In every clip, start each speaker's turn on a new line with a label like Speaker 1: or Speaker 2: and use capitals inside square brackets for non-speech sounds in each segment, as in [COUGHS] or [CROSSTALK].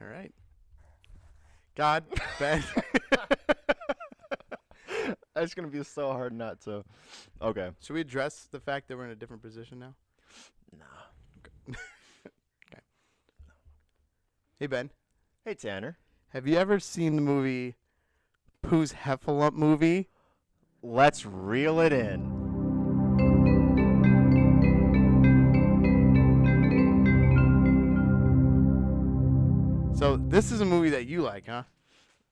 Speaker 1: All right. God, [LAUGHS] Ben. That's gonna be so hard not to. Okay. Should we address the fact that we're in a different position now? [LAUGHS]
Speaker 2: Nah.
Speaker 1: Hey Ben,
Speaker 2: Hey Tanner.
Speaker 1: have you ever seen the movie Pooh's Heffalump movie?
Speaker 2: Let's reel it in.
Speaker 1: So this is a movie that you like, huh?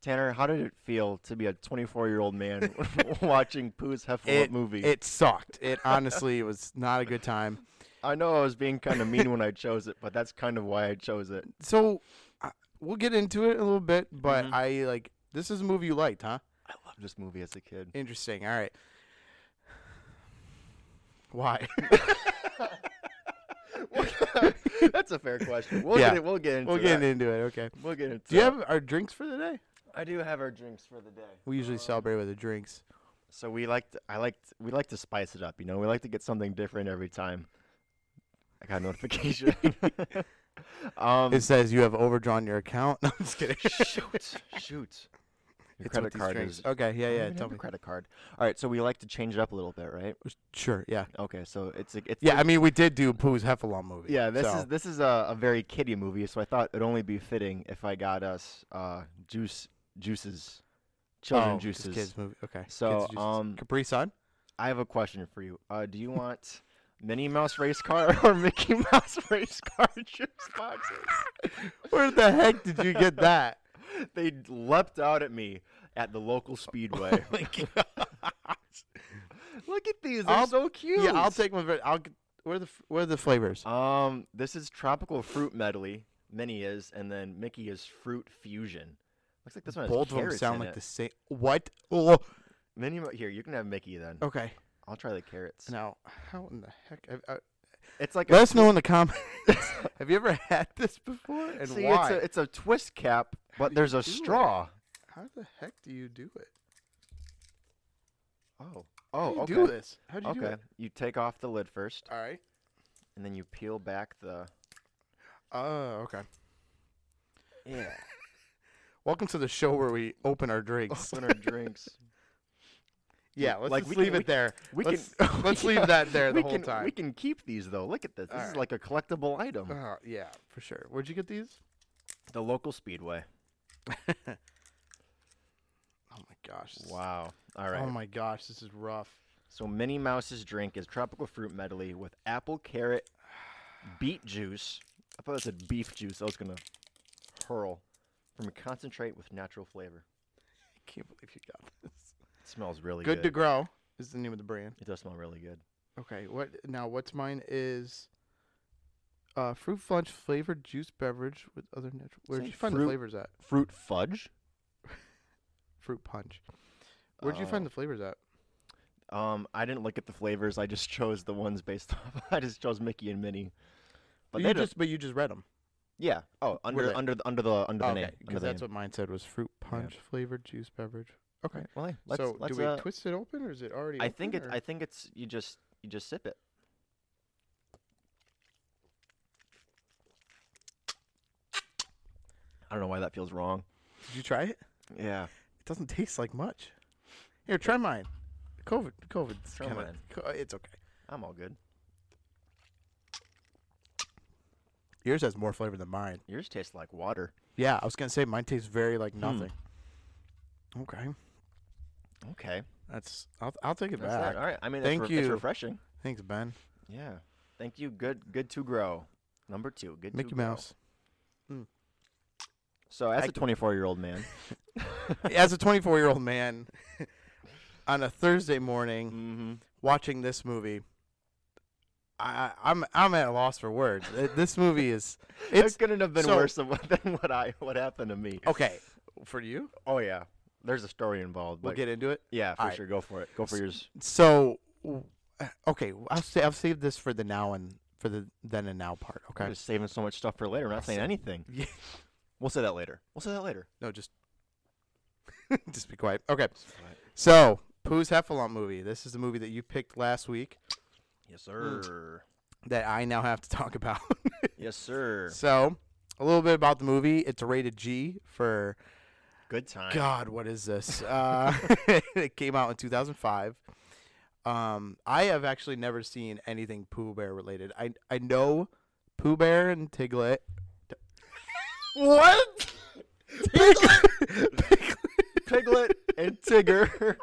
Speaker 2: Tanner, how did it feel to be a 24 year old man [LAUGHS] watching Pooh's Heffalump movie?
Speaker 1: It sucked.
Speaker 2: [LAUGHS]
Speaker 1: It honestly it was not a good time.
Speaker 2: I know I was being kind of mean when I chose it, but that's kind of why I chose it.
Speaker 1: So uh, we'll get into it a little bit, but
Speaker 2: Mm-hmm.
Speaker 1: I like this is a movie you liked, huh?
Speaker 2: I loved this movie as a kid.
Speaker 1: Interesting. All right. Why?
Speaker 2: [LAUGHS] that's a fair question. We'll
Speaker 1: Yeah.
Speaker 2: get it. We'll get into
Speaker 1: we'll get
Speaker 2: that.
Speaker 1: into it. Okay.
Speaker 2: We'll get into.
Speaker 1: Do you
Speaker 2: that.
Speaker 1: have our drinks for today?
Speaker 2: I do have our drinks for the day.
Speaker 1: We usually celebrate with the drinks.
Speaker 2: So we like. To, I like. To, we like to spice it up. You know, we like to get something different every time. I got a notification. [LAUGHS] um,
Speaker 1: It says you have overdrawn your account. [LAUGHS] No, I'm just
Speaker 2: [LAUGHS]
Speaker 1: kidding.
Speaker 2: shoot, [LAUGHS] shoot. Your
Speaker 1: It's
Speaker 2: credit
Speaker 1: with these
Speaker 2: card
Speaker 1: drinks.
Speaker 2: is.
Speaker 1: Okay, yeah,
Speaker 2: I don't
Speaker 1: yeah.
Speaker 2: even
Speaker 1: Tell
Speaker 2: have a
Speaker 1: me.
Speaker 2: Credit card. All right, so we like to change it up a little bit, right?
Speaker 1: Sure, yeah.
Speaker 2: Okay, so it's a, it's
Speaker 1: Yeah, I mean, we did do Pooh's Heffalump movie.
Speaker 2: Yeah, this
Speaker 1: so-
Speaker 2: is this is a, a very kiddie movie, so I thought it'd only be fitting if I got us uh, juice juices, children
Speaker 1: oh, just
Speaker 2: juices.
Speaker 1: kids movie. Okay. kids
Speaker 2: So,
Speaker 1: juices.
Speaker 2: um,
Speaker 1: Capri Sun.
Speaker 2: I have a question for you. Uh, do you want Minnie Mouse race car [LAUGHS] or Mickey Mouse [LAUGHS] race car juice boxes?
Speaker 1: Where the heck did you get
Speaker 2: [LAUGHS]
Speaker 1: that?
Speaker 2: they leapt out at me at the local
Speaker 1: Oh
Speaker 2: speedway. Look at these; they're
Speaker 1: I'll-
Speaker 2: so cute.
Speaker 1: yeah, I'll take one. for- I'll. g- Where are the f- where are the flavors?
Speaker 2: Um, this is tropical fruit medley. Minnie is, and then Mickey is fruit fusion. Looks like this one has
Speaker 1: Both of them
Speaker 2: carrots
Speaker 1: sound
Speaker 2: in
Speaker 1: like
Speaker 2: it.
Speaker 1: the same. What? Oh,
Speaker 2: Minnie, Mo- here you can have Mickey then.
Speaker 1: okay.
Speaker 2: I'll try the carrots.
Speaker 1: Now, how in the heck? I, I,
Speaker 2: It's like
Speaker 1: let
Speaker 2: a
Speaker 1: us know in the comments.
Speaker 2: [LAUGHS]
Speaker 1: have you ever had this before? And
Speaker 2: see,
Speaker 1: why?
Speaker 2: it's a it's a twist cap, but
Speaker 1: do
Speaker 2: there's
Speaker 1: you
Speaker 2: a
Speaker 1: do it?
Speaker 2: straw.
Speaker 1: How the heck do you do it?
Speaker 2: Oh,
Speaker 1: How
Speaker 2: oh,
Speaker 1: do you
Speaker 2: okay.
Speaker 1: do this? How do you do
Speaker 2: Okay,
Speaker 1: it?
Speaker 2: you take off the lid first,
Speaker 1: All right.
Speaker 2: and then you peel back
Speaker 1: [LAUGHS]
Speaker 2: the.
Speaker 1: Oh, okay.
Speaker 2: Yeah.
Speaker 1: [LAUGHS] Welcome to the show where we open our drinks.
Speaker 2: Open our drinks.
Speaker 1: yeah, let's
Speaker 2: Oh, Like,
Speaker 1: just
Speaker 2: we
Speaker 1: leave
Speaker 2: can-
Speaker 1: it
Speaker 2: [LAUGHS]
Speaker 1: there.
Speaker 2: We
Speaker 1: let's
Speaker 2: can
Speaker 1: let's leave that there the
Speaker 2: we
Speaker 1: whole
Speaker 2: can,
Speaker 1: time.
Speaker 2: We can keep these though. Look at this. This is
Speaker 1: Alright.
Speaker 2: like a collectible item.
Speaker 1: Uh, yeah, for sure. Where'd you get these?
Speaker 2: The local speedway.
Speaker 1: Oh my gosh. this is-
Speaker 2: Wow. All right.
Speaker 1: Oh my gosh, this is rough.
Speaker 2: So Minnie Mouse's drink is tropical fruit medley with apple, carrot, beet juice. I thought it said beef juice. I was gonna hurl from a concentrate with natural flavor.
Speaker 1: I can't believe you got this.
Speaker 2: It smells really
Speaker 1: Good
Speaker 2: good.
Speaker 1: to grow is the name of the brand.
Speaker 2: it does smell really good.
Speaker 1: Okay, what now? What's mine is. Uh, fruit fudge flavored juice beverage with other natural. Where'd
Speaker 2: Say
Speaker 1: you find the
Speaker 2: fruit-
Speaker 1: flavors at?
Speaker 2: Fruit fudge.
Speaker 1: Fruit punch. Where'd you find
Speaker 2: Oh.
Speaker 1: the flavors at?
Speaker 2: Um, I didn't look at the flavors. I just [LAUGHS] chose the ones based [LAUGHS] off. I just chose Mickey and Minnie. But
Speaker 1: you
Speaker 2: they just
Speaker 1: just but you just read them.
Speaker 2: yeah. Oh, under
Speaker 1: they-
Speaker 2: under the under the under the
Speaker 1: Oh, Okay,
Speaker 2: name. Under the
Speaker 1: because that's
Speaker 2: name.
Speaker 1: what mine said was fruit punch flavored juice beverage. Okay,
Speaker 2: Alright, Well, hey, let's,
Speaker 1: so
Speaker 2: let's,
Speaker 1: do we
Speaker 2: uh,
Speaker 1: twist it open or is it already?
Speaker 2: I think
Speaker 1: open,
Speaker 2: it's I think it's you just you just sip it. I don't know why that feels wrong.
Speaker 1: or- Did you try it?
Speaker 2: Yeah.
Speaker 1: It doesn't taste like much. Here, try mine. COVID, COVID.
Speaker 2: Try
Speaker 1: kinda,
Speaker 2: mine.
Speaker 1: co- It's okay.
Speaker 2: I'm all good.
Speaker 1: Yours has more flavor than mine.
Speaker 2: Yours tastes like water.
Speaker 1: Yeah, I was gonna say mine tastes very
Speaker 2: Hmm.
Speaker 1: like nothing. Okay,
Speaker 2: Okay.
Speaker 1: that's. I'll, I'll take it
Speaker 2: That's
Speaker 1: back.
Speaker 2: that. uh, All right. I mean,
Speaker 1: Thank
Speaker 2: it's, re- it's
Speaker 1: you.
Speaker 2: refreshing.
Speaker 1: Thanks, Ben.
Speaker 2: Yeah. Thank you. Good good to grow. Number 2. Good
Speaker 1: Mickey
Speaker 2: to grow.
Speaker 1: Mouse.
Speaker 2: So, as a
Speaker 1: [LAUGHS]
Speaker 2: 24-year-old man, [LAUGHS]
Speaker 1: As a 24 year old man, [LAUGHS] on a Thursday morning
Speaker 2: mm-hmm.
Speaker 1: watching this movie. I, I- I'm I'm at a loss for words. Uh, This movie [LAUGHS] is
Speaker 2: it
Speaker 1: it's
Speaker 2: couldn't have been
Speaker 1: so-
Speaker 2: worse than what, than what I what happened to me.
Speaker 1: okay for you.
Speaker 2: Oh yeah. There's a story involved, but
Speaker 1: We'll get into it.
Speaker 2: yeah, for
Speaker 1: Alright.
Speaker 2: sure go for it. Go for yours.
Speaker 1: So, w- uh, okay, I'll say I've saved this for the now and for the then and now part.
Speaker 2: I'm
Speaker 1: Okay.
Speaker 2: just saving so much stuff for later. I'm not saying anything.
Speaker 1: [LAUGHS] Yeah.
Speaker 2: We'll say that later. We'll say that later.
Speaker 1: No, just [LAUGHS] just be quiet. Okay. So, Pooh's Heffalump movie. This is the movie that you picked last week
Speaker 2: Yes, sir.
Speaker 1: Mm. [LAUGHS] that I now have to talk about.
Speaker 2: yes, sir.
Speaker 1: so, a little bit about the movie. It's rated G for
Speaker 2: Good time. [LAUGHS]
Speaker 1: God, what is this? Uh, [LAUGHS] it came out in 2005. Um, I have actually never seen anything Pooh Bear related. I I know Pooh Bear and Tiglet.
Speaker 2: [LAUGHS]
Speaker 1: what? [LAUGHS] Piglet.
Speaker 2: Piglet and [LAUGHS] Tigger.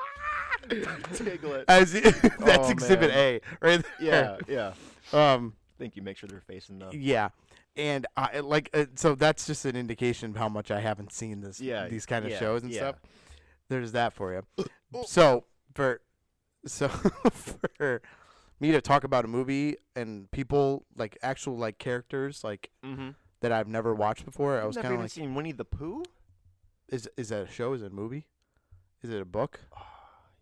Speaker 2: Tiglet.
Speaker 1: [LAUGHS] As that's
Speaker 2: Oh,
Speaker 1: Exhibit A, right
Speaker 2: Yeah,
Speaker 1: there.
Speaker 2: yeah. Oh.
Speaker 1: Yeah. Um.
Speaker 2: I think you make sure they're facing the.
Speaker 1: Yeah. And I like uh, so that's just an indication of how much I haven't seen this
Speaker 2: Yeah,
Speaker 1: these kind of
Speaker 2: yeah,
Speaker 1: shows and
Speaker 2: yeah.
Speaker 1: stuff. There's that for
Speaker 2: [COUGHS]
Speaker 1: you.
Speaker 2: Oh.
Speaker 1: so for so [LAUGHS] for me to talk about a movie and people like actual like characters like
Speaker 2: Mm-hmm.
Speaker 1: that I've never watched before, I was
Speaker 2: never
Speaker 1: kind of
Speaker 2: even
Speaker 1: like,
Speaker 2: seen Winnie the Pooh.
Speaker 1: is is that a show? Is it a movie? Is it a book?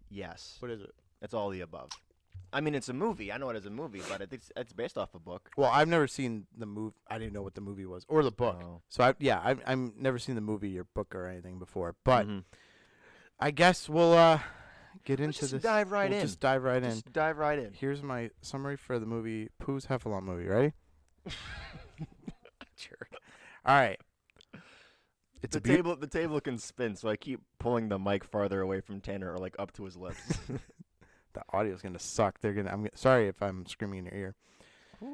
Speaker 2: Yes,
Speaker 1: What is it?
Speaker 2: it's all the above. I mean, it's a movie. I know it is a movie, but I think it's, it's based off a book.
Speaker 1: Well, I've never seen the movie. I didn't know what the movie was or the book.
Speaker 2: Oh.
Speaker 1: So I yeah, I I'm never seen the movie or book or anything before, but.
Speaker 2: Mm-hmm.
Speaker 1: I guess we'll uh, get into
Speaker 2: just
Speaker 1: this.
Speaker 2: dive right
Speaker 1: We'll
Speaker 2: in.
Speaker 1: Just dive right
Speaker 2: just dive right in.
Speaker 1: in. Here's my summary for the movie Pooh's Heffalon movie.
Speaker 2: [LAUGHS]
Speaker 1: Ready?
Speaker 2: Jerk.
Speaker 1: All right. It's
Speaker 2: The
Speaker 1: a beautiful.
Speaker 2: table, the table can spin, so I keep pulling the mic farther away from Tanner or like up to his lips.
Speaker 1: The audio's gonna suck. They're gonna. I'm g- sorry if I'm screaming in your ear.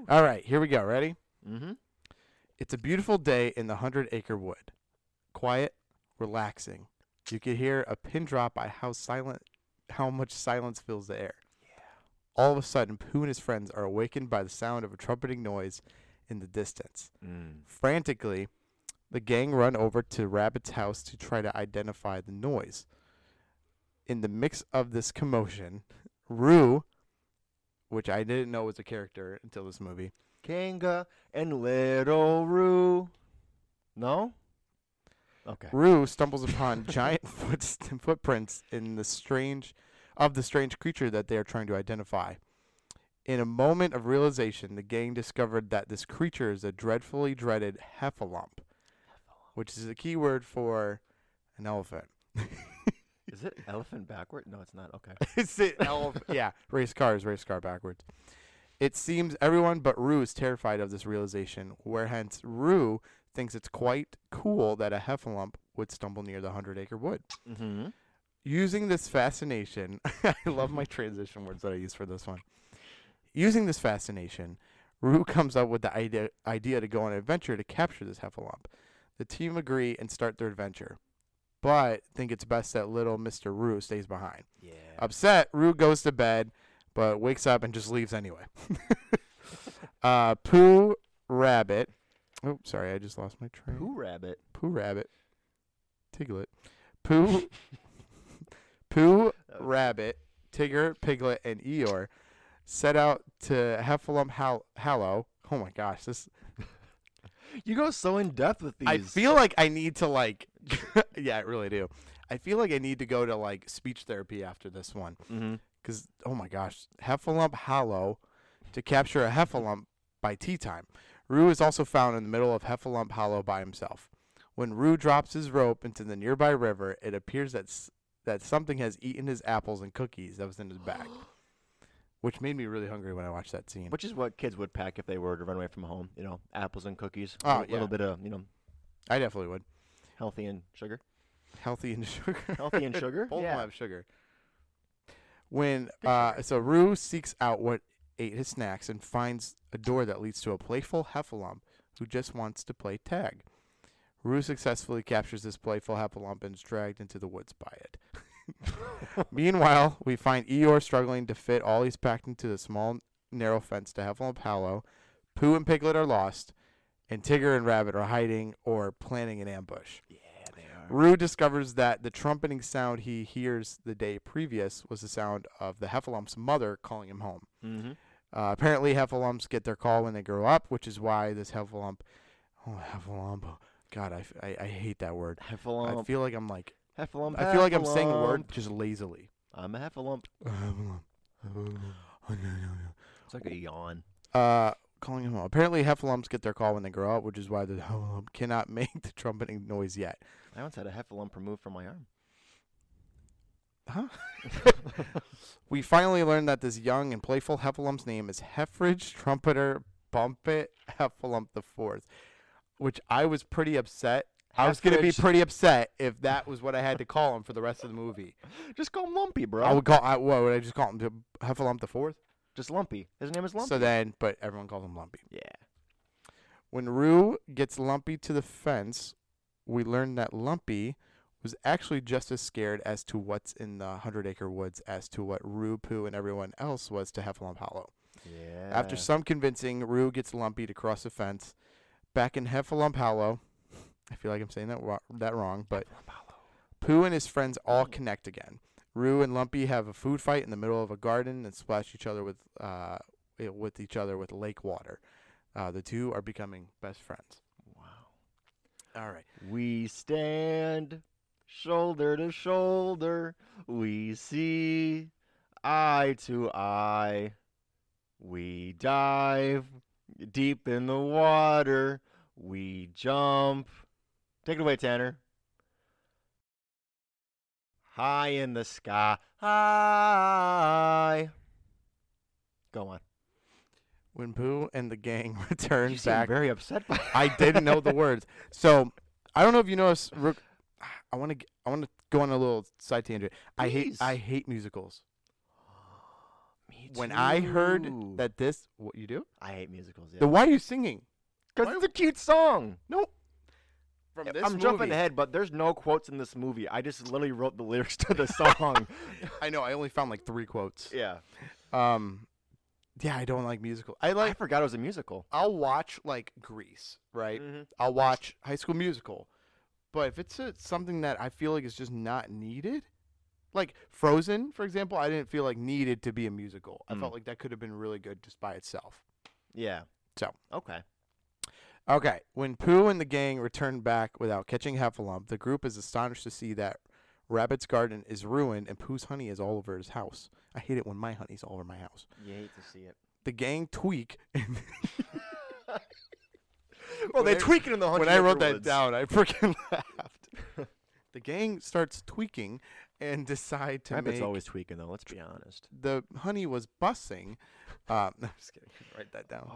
Speaker 1: All right, here we go. Ready?
Speaker 2: [LAUGHS] mm-hmm.
Speaker 1: It's a beautiful day in the Hundred Acre Wood. Quiet, relaxing. You could hear a pin drop by how silent, how much silence fills the air. All of a sudden, Pooh and his friends are awakened by the sound of a trumpeting noise in the distance.
Speaker 2: Mm.
Speaker 1: Frantically, the gang run over to Rabbit's house to try to identify the noise. In the mix of this commotion, Roo, which I didn't know was a character until this movie,
Speaker 2: Kanga and Little Roo. No? Okay.
Speaker 1: Roo stumbles upon giant foot, footprints in the strange of the strange creature that they are trying to identify. In a moment of realization, the gang discovered that this creature is a dreadfully dreaded heffalump, which is a key word for an elephant. [LAUGHS]
Speaker 2: Is it elephant backward? No, it's not.
Speaker 1: [LAUGHS]
Speaker 2: Okay.
Speaker 1: It's an elephant. yeah, race cars, race car backwards. It seems everyone but Rue is terrified of this realization, where hence Rue thinks it's quite cool that a heffalump would stumble near the Hundred Acre Wood.
Speaker 2: Mm-hmm.
Speaker 1: Using this fascination, [LAUGHS] I love my transition words that I use for this one. Using this fascination, Rue comes up with the idea, idea to go on an adventure to capture this heffalump. The team agree and start their adventure, but think it's best that little Mr. Rue stays behind.
Speaker 2: Yeah.
Speaker 1: Upset, Rue goes to bed, but wakes up and just leaves anyway. [LAUGHS] uh, Pooh Rabbit. Oh, sorry, I just lost my train. Pooh,
Speaker 2: Pooh Rabbit.
Speaker 1: Rabbit. Tiglet. Pooh. [LAUGHS] Pooh
Speaker 2: That was-
Speaker 1: Rabbit, Tigger, Piglet, and Eeyore set out to Heffalump Hal- Hallow. Oh my gosh, this.
Speaker 2: You go so in depth with these.
Speaker 1: I feel like I need to like. [LAUGHS] yeah, I really do. I feel like I need to go to like speech therapy after this one.
Speaker 2: Mm-hmm.
Speaker 1: because oh my gosh, Heffalump Hollow to capture a Heffalump by tea time. Rue is also found in the middle of Heffalump Hollow by himself. When Rue drops his rope into the nearby river, it appears that s- that something has eaten his apples and cookies that was in his
Speaker 2: [GASPS]
Speaker 1: bag, which made me really hungry when I watched that scene.
Speaker 2: Which is what kids would pack if they were to run away from home. You know, apples and cookies.
Speaker 1: Oh,
Speaker 2: a little, little
Speaker 1: yeah.
Speaker 2: bit of, you know,
Speaker 1: I definitely would.
Speaker 2: healthy and sugar.
Speaker 1: Healthy and [LAUGHS] sugar.
Speaker 2: Healthy and sugar?
Speaker 1: [LAUGHS] Both of
Speaker 2: yeah.
Speaker 1: them have sugar. When uh, so Rue seeks out what ate his snacks and finds a door that leads to a playful heffalump who just wants to play tag. Rue successfully captures this playful heffalump and is dragged into the woods by
Speaker 2: [LAUGHS]
Speaker 1: it. Meanwhile, we find Eeyore struggling to fit all he's packed into the small, narrow fence to Heffalump Hollow. Pooh and Piglet are lost, and Tigger and Rabbit are hiding or planning an ambush.
Speaker 2: Yeah, they are.
Speaker 1: Rue discovers that the trumpeting sound he hears the day previous was the sound of the Heffalump's mother calling him home.
Speaker 2: Mm-hmm.
Speaker 1: Uh, apparently, Heffalumps get their call when they grow up, which is why this Heffalump. Oh, Heffalump. God, I, f- I- I hate that word.
Speaker 2: Heffalump.
Speaker 1: I feel like I'm like
Speaker 2: Heffalump.
Speaker 1: I feel like I'm saying the
Speaker 2: heffalump.
Speaker 1: word just lazily.
Speaker 2: I'm a heffalump. Oh, It's like a yawn.
Speaker 1: Uh, calling him home. Apparently, Heffalumps get their call when they grow up, which is why the Heffalump cannot [LAUGHS] make the trumpeting noise yet.
Speaker 2: I once had a heffalump removed from my arm.
Speaker 1: Huh? we finally learn that this young and playful Heffalump's name is Heffridge Trumpeter Bumpet Heffalump the Fourth. which I was pretty upset. I
Speaker 2: Half
Speaker 1: was gonna be
Speaker 2: rich.
Speaker 1: pretty upset if that was what I had to call him for the rest of the movie.
Speaker 2: Just call him Lumpy, bro.
Speaker 1: I would call. I, what would I just call him? the- Heffalump the fourth.
Speaker 2: Just Lumpy. His name is Lumpy.
Speaker 1: So then, but everyone calls him Lumpy.
Speaker 2: yeah.
Speaker 1: When Rue gets Lumpy to the fence, we learn that Lumpy was actually just as scared as to what's in the Hundred Acre Woods as to what Rue, Pooh, and everyone else was to Heffalump Hollow.
Speaker 2: Yeah.
Speaker 1: After some convincing, Rue gets Lumpy to cross the fence. Back in Heffalump Hollow, I feel like I'm saying that wa- that wrong, but Pooh and his friends all connect again. Rue and Lumpy have a food fight in the middle of a garden and splash each other with uh, eh, with each other with lake water. Uh, the two are becoming best friends.
Speaker 2: Wow.
Speaker 1: All right.
Speaker 2: We stand shoulder to shoulder. We see eye to eye. We dive deep in the water. We jump. Take it away, Tanner. High in the sky. High. Go on.
Speaker 1: When Pooh and the gang [LAUGHS]
Speaker 2: you
Speaker 1: return
Speaker 2: seem
Speaker 1: back,
Speaker 2: very upset by
Speaker 1: I didn't know the
Speaker 2: [LAUGHS]
Speaker 1: words. So I don't know if you noticed. Rook, I want to I want to go on a little side tangent. I hate
Speaker 2: Please.
Speaker 1: I hate musicals.
Speaker 2: [GASPS] Me
Speaker 1: when I heard
Speaker 2: too.
Speaker 1: that this, what you do?
Speaker 2: I hate musicals. Yeah.
Speaker 1: Then why are you singing?
Speaker 2: Because it's a cute song.
Speaker 1: No. From
Speaker 2: I'm jumping ahead, but there's no quotes in this movie. I just literally wrote the lyrics to the [LAUGHS] song.
Speaker 1: I know. I only found like three quotes.
Speaker 2: yeah.
Speaker 1: Um, yeah, I don't like musical. I
Speaker 2: I
Speaker 1: like.
Speaker 2: forgot it was a musical.
Speaker 1: I'll watch like Grease, right?
Speaker 2: Mhm.
Speaker 1: I'll watch High School Musical, but if it's a, something that I feel like is just not needed, like Frozen, for example, I didn't feel like needed to be a musical. I
Speaker 2: Mm.
Speaker 1: felt like that could have been really good just by itself.
Speaker 2: Yeah.
Speaker 1: So.
Speaker 2: Okay.
Speaker 1: Okay, when Pooh and the gang return back without catching Heffalump, the group is astonished to see that Rabbit's garden is ruined and Pooh's honey is all over his house. I hate it when my honey's all over my house.
Speaker 2: You hate to see it.
Speaker 1: The gang tweak. [LAUGHS] and
Speaker 2: Well,
Speaker 1: When
Speaker 2: they
Speaker 1: I-
Speaker 2: tweak it in the hundred.
Speaker 1: when I wrote that
Speaker 2: Woods.
Speaker 1: down, I freaking [LAUGHS]
Speaker 2: [LAUGHS]
Speaker 1: laughed. the gang starts tweaking and decide to
Speaker 2: Rabbit's
Speaker 1: make
Speaker 2: always tweaking though. Let's be honest.
Speaker 1: the honey was bussing. Uh, [LAUGHS] no, I'm just kidding. Write that down.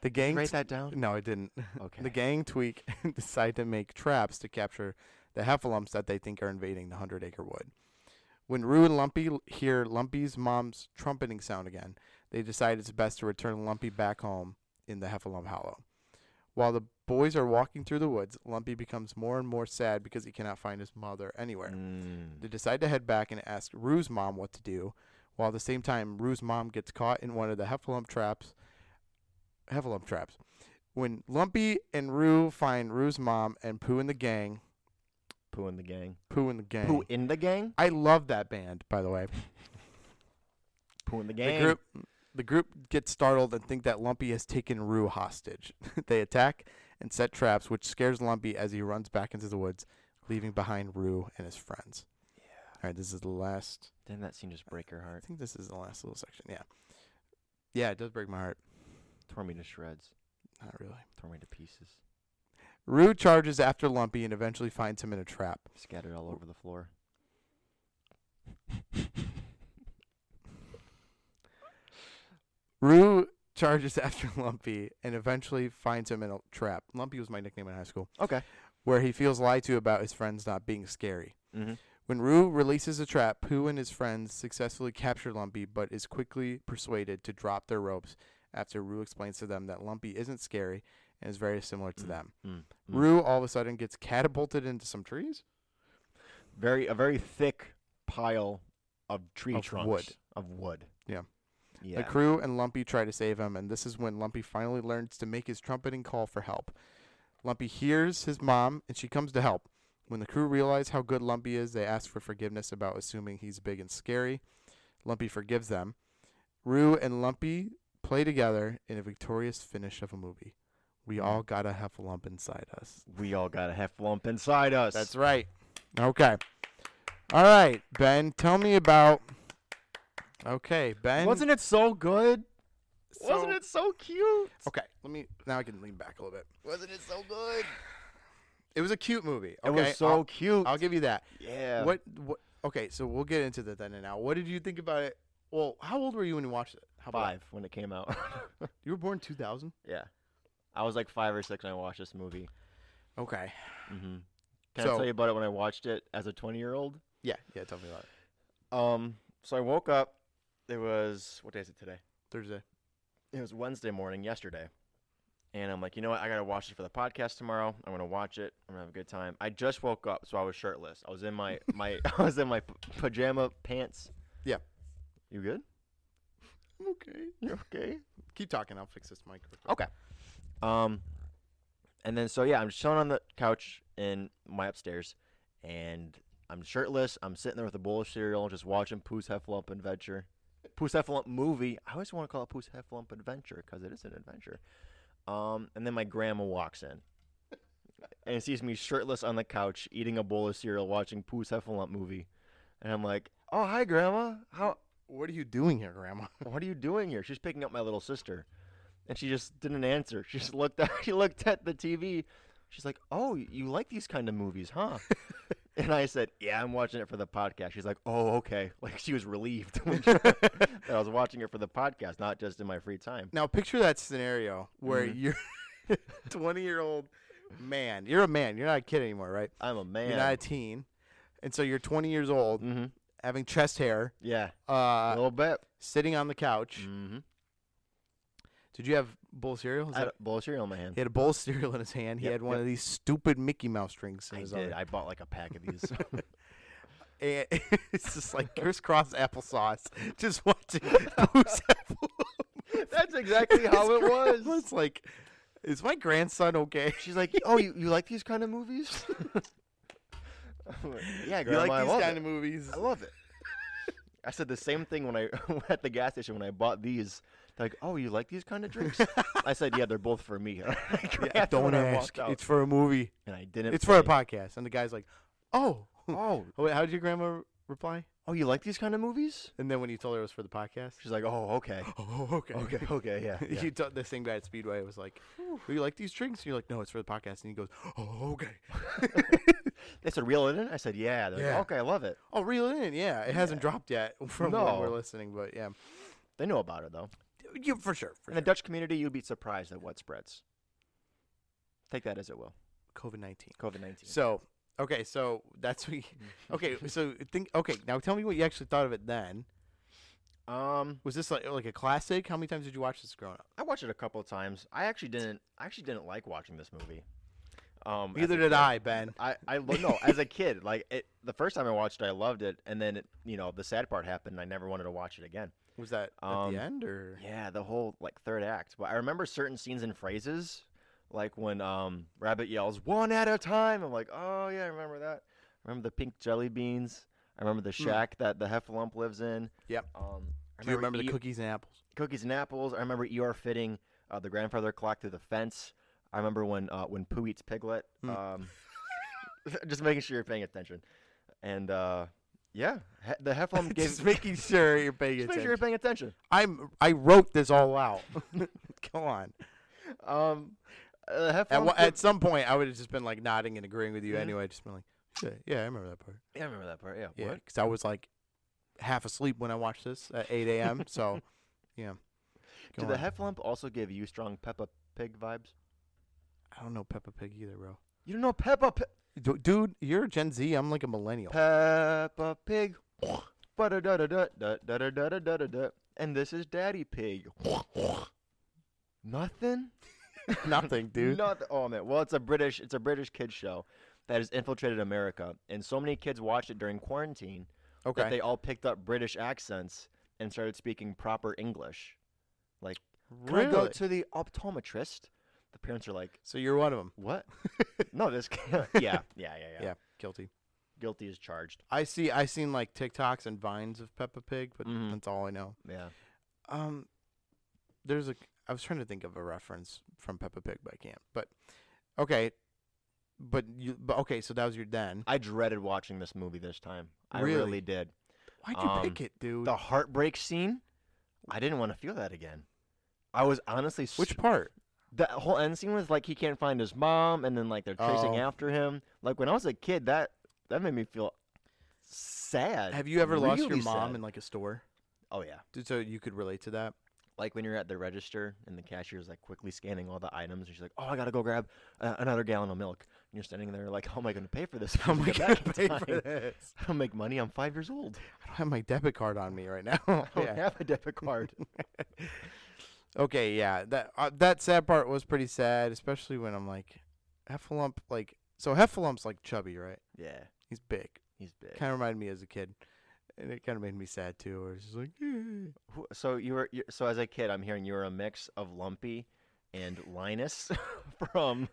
Speaker 1: The gang.
Speaker 2: Oh, write
Speaker 1: t-
Speaker 2: that down.
Speaker 1: no, I didn't. [LAUGHS]
Speaker 2: Okay.
Speaker 1: The gang tweak [LAUGHS] and decide to make traps to capture the heffalumps that they think are invading the Hundred Acre Wood. When Rue and Lumpy l- hear Lumpy's mom's trumpeting sound again, they decide it's best to return Lumpy back home in the Heffalump Hollow. While the boys are walking through the woods, Lumpy becomes more and more sad because he cannot find his mother anywhere.
Speaker 2: Mm.
Speaker 1: They decide to head back and ask Rue's mom what to do, while at the same time Rue's mom gets caught in one of the heffalump traps. Heffalump traps. When Lumpy and Rue find Rue's mom and Pooh and the gang,
Speaker 2: Pooh in the gang.
Speaker 1: Pooh and the gang.
Speaker 2: Pooh in the gang.
Speaker 1: I love that band, by the way.
Speaker 2: Pooh in the gang.
Speaker 1: The group the group gets startled and think that Lumpy has taken Rue hostage. [LAUGHS] they attack and set traps, which scares Lumpy as he runs back into the woods, leaving behind Rue and his friends. Yeah. All right, this is the last
Speaker 2: Didn't that scene just break your heart?
Speaker 1: I think this is the last little section. Yeah. Yeah, it does break my heart.
Speaker 2: Tore me to shreds.
Speaker 1: Not really.
Speaker 2: Tore me to pieces.
Speaker 1: Rue charges after Lumpy and eventually finds him in a trap.
Speaker 2: Scattered all over the floor.
Speaker 1: Rue charges [LAUGHS] after Lumpy and eventually finds him in a trap. Lumpy was my nickname in high school,
Speaker 2: [LAUGHS] Okay.
Speaker 1: where he feels lied to about his friends not being scary.
Speaker 2: Mm-hmm.
Speaker 1: When Rue releases the trap, Pooh and his friends successfully capture Lumpy, but is quickly persuaded to drop their ropes after Rue explains to them that Lumpy isn't scary and is very similar to
Speaker 2: Mm.
Speaker 1: them.
Speaker 2: Mm.
Speaker 1: Rue all of a sudden gets catapulted into some trees.
Speaker 2: very a very thick pile of tree
Speaker 1: Of
Speaker 2: trunks
Speaker 1: wood.
Speaker 2: of wood.
Speaker 1: Yeah.
Speaker 2: Yeah.
Speaker 1: The crew and Lumpy try to save him, and this is when Lumpy finally learns to make his trumpeting call for help. Lumpy hears his mom, and she comes to help. When the crew realize how good Lumpy is, they ask for forgiveness about assuming he's big and scary. Lumpy forgives them. Rue and Lumpy play together in a victorious finish of a movie. We all got a heffalump inside us.
Speaker 2: we all got a heffalump inside us.
Speaker 1: That's right. Okay. All right, Ben, tell me about. Okay, Ben.
Speaker 2: Wasn't it so good? Wasn't
Speaker 1: so-
Speaker 2: it so cute?
Speaker 1: Okay, let me. Now I can lean back a little bit.
Speaker 2: Wasn't it so good?
Speaker 1: It was a cute movie.
Speaker 2: It
Speaker 1: Okay,
Speaker 2: was so
Speaker 1: I'll,
Speaker 2: cute.
Speaker 1: I'll give you that.
Speaker 2: yeah.
Speaker 1: What, what? Okay, so we'll get into that then and now. What did you think about it? Well, how old were you when you watched it? How about-
Speaker 2: Five when it came out.
Speaker 1: You were born 2000.
Speaker 2: [LAUGHS] yeah. I was like five or six when I watched this movie.
Speaker 1: Okay.
Speaker 2: hmm Can I
Speaker 1: So-
Speaker 2: tell you about it when I watched it as a 20 year old?
Speaker 1: Yeah. Yeah. Tell me about it.
Speaker 2: Um, so I woke up. It was what day is it today?
Speaker 1: Thursday.
Speaker 2: It was Wednesday morning yesterday, and I'm like, you know what? I gotta watch it for the podcast tomorrow. I'm gonna watch it. I'm gonna have a good time. I just woke up, so I was shirtless. I was in my my [LAUGHS] I was in my p- pajama pants.
Speaker 1: Yeah.
Speaker 2: You good?
Speaker 1: Okay.
Speaker 2: You okay?
Speaker 1: Keep talking. I'll fix this mic. real quick.
Speaker 2: Okay. Um, and then so yeah, I'm just chilling on the couch in my upstairs, and I'm shirtless. I'm sitting there with a bowl of cereal, just watching Pooh's Heffalump Adventure, Pooh's Heffalump movie. I always want to call it Pooh's Heffalump Adventure because it is an adventure. Um, and then my grandma walks in. And sees me shirtless on the couch eating a bowl of cereal, watching Pooh's Heffalump movie, and I'm like, "Oh, hi, Grandma. How
Speaker 1: What are you doing here,
Speaker 2: [LAUGHS]
Speaker 1: Grandma?
Speaker 2: what are you doing here? She's picking up my little sister, and she just didn't answer. [LAUGHS] She just looked at she looked at the TV. She's like, "Oh, you like these kind of movies, [LAUGHS] huh?" and I said, "Yeah, I'm watching it for the podcast." She's like, "Oh, okay." [LAUGHS] Like she was relieved [LAUGHS] when she- that I was watching it for the podcast, not just in my free time.
Speaker 1: Now picture that scenario where
Speaker 2: Mhm.
Speaker 1: you're [LAUGHS] 20 year old man. You're a man. You're not a kid anymore, right?
Speaker 2: I'm a man.
Speaker 1: You're not a teen, and so you're 20 years old,
Speaker 2: mm-hmm.
Speaker 1: having chest hair,
Speaker 2: Yeah, a
Speaker 1: uh,
Speaker 2: little bit.
Speaker 1: sitting on the couch.
Speaker 2: Mm-hmm.
Speaker 1: Did you have bowl of cereal? Is
Speaker 2: I had
Speaker 1: that-
Speaker 2: a bowl of cereal in my hand.
Speaker 1: he had a bowl of cereal in his hand. He
Speaker 2: Yep,
Speaker 1: had one
Speaker 2: yep.
Speaker 1: of these stupid Mickey Mouse drinks in
Speaker 2: I
Speaker 1: his
Speaker 2: did.
Speaker 1: other.
Speaker 2: I bought like a pack of these.
Speaker 1: [LAUGHS] and it's just like crisscross
Speaker 2: [LAUGHS]
Speaker 1: applesauce, just watching Boo's apple.
Speaker 2: [LAUGHS]
Speaker 1: [LAUGHS]
Speaker 2: That's exactly how it was.
Speaker 1: It's like, is my grandson okay? [LAUGHS]
Speaker 2: She's like, "Oh, you, you like these kind of movies?" [LAUGHS] I'm like, yeah,
Speaker 1: you
Speaker 2: grandma,
Speaker 1: like
Speaker 2: I
Speaker 1: these
Speaker 2: love
Speaker 1: kind
Speaker 2: it.
Speaker 1: of movies?
Speaker 2: I love it. [LAUGHS] I said the same thing when I [LAUGHS] at the gas station when I bought these. They're like, "Oh, you like these kind of [LAUGHS] drinks?" I said, "Yeah, they're both for me." [LAUGHS] I grabbed
Speaker 1: Yeah,
Speaker 2: them
Speaker 1: don't
Speaker 2: when I
Speaker 1: ask.
Speaker 2: walked out,
Speaker 1: It's for a movie.
Speaker 2: and I didn't.
Speaker 1: It's for a
Speaker 2: pay.
Speaker 1: podcast. And the guy's like, oh.
Speaker 2: Oh,
Speaker 1: Oh, Wait, [LAUGHS] how did your grandma re- reply?
Speaker 2: oh, you like these kind of movies?
Speaker 1: And then when you told her it was for the podcast,
Speaker 2: She's like, "Oh, okay,
Speaker 1: [LAUGHS] oh, [GASPS] okay.
Speaker 2: okay, [LAUGHS] okay, yeah." yeah.
Speaker 1: you told the same guy at Speedway was like, "Do you like these drinks?" And you're like, "No, it's for the podcast." And he goes, "Oh, okay.
Speaker 2: they said, "Reel it in." I said, "Yeah." They're like,
Speaker 1: Yeah.
Speaker 2: "Okay, I love it."
Speaker 1: Oh, reel it in. Yeah, it hasn't dropped yet [LAUGHS] from when we're
Speaker 2: No.
Speaker 1: listening, but yeah,
Speaker 2: They know about it though.
Speaker 1: you, for sure. For
Speaker 2: In the Dutch community, you'd be surprised at what spreads. Take that as it will.
Speaker 1: sure. COVID nineteen.
Speaker 2: COVID nineteen.
Speaker 1: So okay, so that's
Speaker 2: [LAUGHS]
Speaker 1: what. You, okay, so think. Okay, now tell me what you actually thought of it then.
Speaker 2: Um,
Speaker 1: Was this like like a classic? How many times did you watch this growing up?
Speaker 2: I watched it a couple of times. I actually didn't. I actually didn't like watching this movie. Um, as
Speaker 1: Neither
Speaker 2: a
Speaker 1: did
Speaker 2: kid.
Speaker 1: I, Ben.
Speaker 2: I, I lo- no, as a kid, like it, the first time I watched it, I loved it, and then it, you know the sad part happened. and I never wanted to watch it again.
Speaker 1: Was that at
Speaker 2: Um,
Speaker 1: the end or?
Speaker 2: Yeah, the whole like third act. But I remember certain scenes and phrases, like when um Rabbit yells "one at a time." I'm like, oh yeah, I remember that. I remember the pink jelly beans. I remember the
Speaker 1: Hmm.
Speaker 2: shack that the Heffalump lives in.
Speaker 1: Yep.
Speaker 2: Um, I
Speaker 1: Do you remember
Speaker 2: E-
Speaker 1: the cookies and apples?
Speaker 2: [LAUGHS] cookies and apples. I remember ER fitting uh, the grandfather clock through the fence. I remember when uh, when Pooh eats Piglet.
Speaker 1: Mm.
Speaker 2: Um, [LAUGHS] just making sure you're paying attention. And uh, yeah, he- the
Speaker 1: [LAUGHS]
Speaker 2: Heffalump gave.
Speaker 1: just making sure you're paying
Speaker 2: [LAUGHS] just making
Speaker 1: attention.
Speaker 2: sure you're paying attention.
Speaker 1: I'm I wrote this all out. [LAUGHS] Come on.
Speaker 2: Um, uh, the
Speaker 1: At,
Speaker 2: Heffalump.
Speaker 1: wha-
Speaker 2: gave-
Speaker 1: at some point, I would have just been like nodding and agreeing with you
Speaker 2: Mhm.
Speaker 1: anyway. Just been like, yeah, yeah, I remember that part.
Speaker 2: yeah, I remember that part. Yeah.
Speaker 1: Yeah,
Speaker 2: What?
Speaker 1: because I was like half asleep when I watched this at 8 a.m. So, [LAUGHS] yeah. Go
Speaker 2: Did the
Speaker 1: on.
Speaker 2: Heffalump also give you strong Peppa Pig vibes?
Speaker 1: I don't know Peppa Pig either, bro.
Speaker 2: You don't know Peppa Pig.
Speaker 1: Du- dude, you're a Gen Z. I'm like a millennial.
Speaker 2: Peppa Pig. da da da da da da da da da da. And this is Daddy Pig.
Speaker 1: [LAUGHS]
Speaker 2: Nothing.
Speaker 1: [LAUGHS]
Speaker 2: [LAUGHS]
Speaker 1: Nothing, dude.
Speaker 2: Not oh man. Well, it's a British it's a British kids show that has infiltrated America, and so many kids watched it during quarantine that
Speaker 1: okay.
Speaker 2: they all picked up British accents and started speaking proper English. Like, can I go
Speaker 1: Really?
Speaker 2: to the optometrist? The parents are like,
Speaker 1: so you're one of them. [LAUGHS]
Speaker 2: "What? no, this can't." [LAUGHS] Yeah, yeah, yeah, [LAUGHS] yeah.
Speaker 1: Yeah, guilty.
Speaker 2: Guilty as charged.
Speaker 1: I see. I seen like TikToks and vines of Peppa Pig, but
Speaker 2: Mhm.
Speaker 1: that's all I know.
Speaker 2: Yeah.
Speaker 1: Um, there's a. I was trying to think of a reference from Peppa Pig, but I can't. But okay, but you. But okay, so that was your then.
Speaker 2: I dreaded watching this movie this time. I
Speaker 1: Really?
Speaker 2: really, did.
Speaker 1: Why'd you
Speaker 2: Um,
Speaker 1: pick it, dude?
Speaker 2: The heartbreak scene, I didn't want to feel that again. I was honestly
Speaker 1: Which
Speaker 2: s-
Speaker 1: part?
Speaker 2: that whole end scene was like he can't find his mom, and then like they're chasing
Speaker 1: Oh.
Speaker 2: after him. Like when I was a kid, that that made me feel sad.
Speaker 1: Have you ever lost your
Speaker 2: really
Speaker 1: mom
Speaker 2: sad.
Speaker 1: in like a store?
Speaker 2: oh yeah,
Speaker 1: Dude, so you could relate to that.
Speaker 2: like when you're at the register and the cashier's like quickly scanning all the items, and she's like, "Oh, I gotta go grab uh, another gallon of milk." And you're standing there like, "How am I gonna pay for this? [LAUGHS]
Speaker 1: [LAUGHS] How am I
Speaker 2: Get back
Speaker 1: gonna
Speaker 2: in
Speaker 1: pay for
Speaker 2: time. [LAUGHS]
Speaker 1: this?
Speaker 2: I don't make money. I'm five years old.
Speaker 1: I don't have my debit card on me right
Speaker 2: [LAUGHS]
Speaker 1: now. [LAUGHS]
Speaker 2: I don't
Speaker 1: Yeah.
Speaker 2: have a debit card."
Speaker 1: Okay, yeah, that uh, that sad part was pretty sad, especially when I'm like, Heffalump, like, so Heffalump's like chubby, right?
Speaker 2: yeah,
Speaker 1: He's big.
Speaker 2: he's big.
Speaker 1: Kind of reminded me as a kid, and it kind of made me sad too. Where it's just
Speaker 2: [LAUGHS]
Speaker 1: like, "Eh."
Speaker 2: Who- So you were you so as a kid, I'm hearing you were a mix of Lumpy and Linus [LAUGHS] from